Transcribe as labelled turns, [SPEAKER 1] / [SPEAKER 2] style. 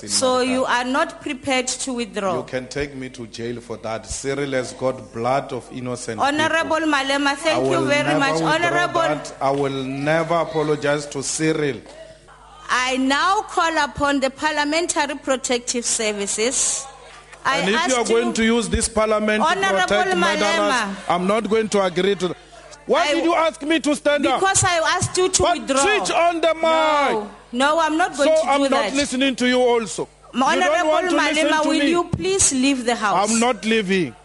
[SPEAKER 1] So you are not prepared to
[SPEAKER 2] You
[SPEAKER 1] withdraw.
[SPEAKER 2] can take me to jail for that. Cyril has got blood of innocent people.
[SPEAKER 1] Honorable Malema,
[SPEAKER 2] I
[SPEAKER 1] thank
[SPEAKER 2] will
[SPEAKER 1] you very
[SPEAKER 2] never
[SPEAKER 1] much.
[SPEAKER 2] withdraw
[SPEAKER 1] Honorable,
[SPEAKER 2] that. I will never apologize to Cyril.
[SPEAKER 1] I now call upon the Parliamentary Protective Services. I
[SPEAKER 2] and if you are
[SPEAKER 1] asked
[SPEAKER 2] going to use this parliament to
[SPEAKER 1] Honorable
[SPEAKER 2] protect
[SPEAKER 1] Malema.
[SPEAKER 2] murderers, I'm not going to agree to that. Why
[SPEAKER 1] I-
[SPEAKER 2] did you ask me to stand up?
[SPEAKER 1] because I asked you to
[SPEAKER 2] But
[SPEAKER 1] withdraw.
[SPEAKER 2] switch on the mic.
[SPEAKER 1] No, no, I'm not
[SPEAKER 2] so
[SPEAKER 1] going to
[SPEAKER 2] I'm
[SPEAKER 1] do
[SPEAKER 2] not
[SPEAKER 1] that.
[SPEAKER 2] listening to you also. you don't want
[SPEAKER 1] Honorable
[SPEAKER 2] to listen
[SPEAKER 1] Malema,
[SPEAKER 2] to
[SPEAKER 1] will
[SPEAKER 2] me.
[SPEAKER 1] you please leave the house?
[SPEAKER 2] I'm not leaving.